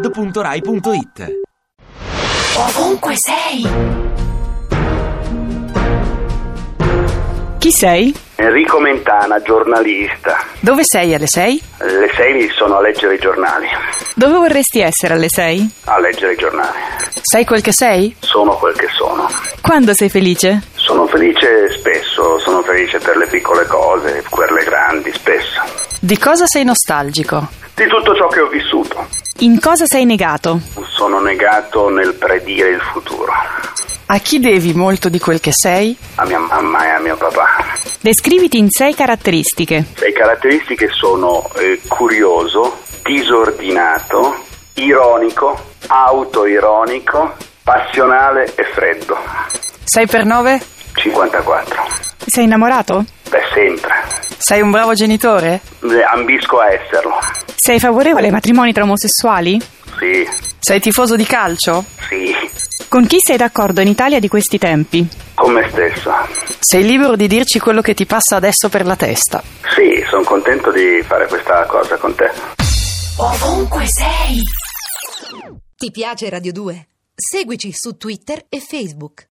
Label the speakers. Speaker 1: radio2pod.rai.it
Speaker 2: Ovunque sei!
Speaker 3: Chi sei?
Speaker 4: Enrico Mentana, giornalista.
Speaker 3: Dove sei alle 6?
Speaker 4: Alle sei sono a leggere i giornali.
Speaker 3: Dove vorresti essere alle 6?
Speaker 4: A leggere i giornali.
Speaker 3: Sai quel che sei?
Speaker 4: Sono quel che sono.
Speaker 3: Quando sei felice?
Speaker 4: Sono felice spesso, sono felice per le piccole cose, per le grandi spesso.
Speaker 3: Di cosa sei nostalgico?
Speaker 4: Di tutto ciò che ho vissuto.
Speaker 3: In cosa sei negato?
Speaker 4: Sono negato nel predire il futuro.
Speaker 3: A chi devi molto di quel che sei?
Speaker 4: A mia mamma e a mio papà.
Speaker 3: Descriviti in sei caratteristiche.
Speaker 4: Le caratteristiche sono eh, curioso, disordinato, ironico, autoironico, passionale e freddo.
Speaker 3: 6 per 9?
Speaker 4: 54.
Speaker 3: Sei innamorato?
Speaker 4: Beh, sempre.
Speaker 3: Sei un bravo genitore?
Speaker 4: Eh, Ambisco a esserlo.
Speaker 3: Sei favorevole ai matrimoni tra omosessuali?
Speaker 4: Sì,
Speaker 3: Sei tifoso di calcio?
Speaker 4: sì,
Speaker 3: Con chi sei d'accordo in Italia di questi tempi?
Speaker 4: con me stesso.
Speaker 3: Sei libero di dirci quello che ti passa adesso per la testa.
Speaker 4: Sì, sono contento di fare questa cosa con te.
Speaker 2: Ovunque sei!
Speaker 5: Ti piace Radio 2? Seguici su Twitter e Facebook.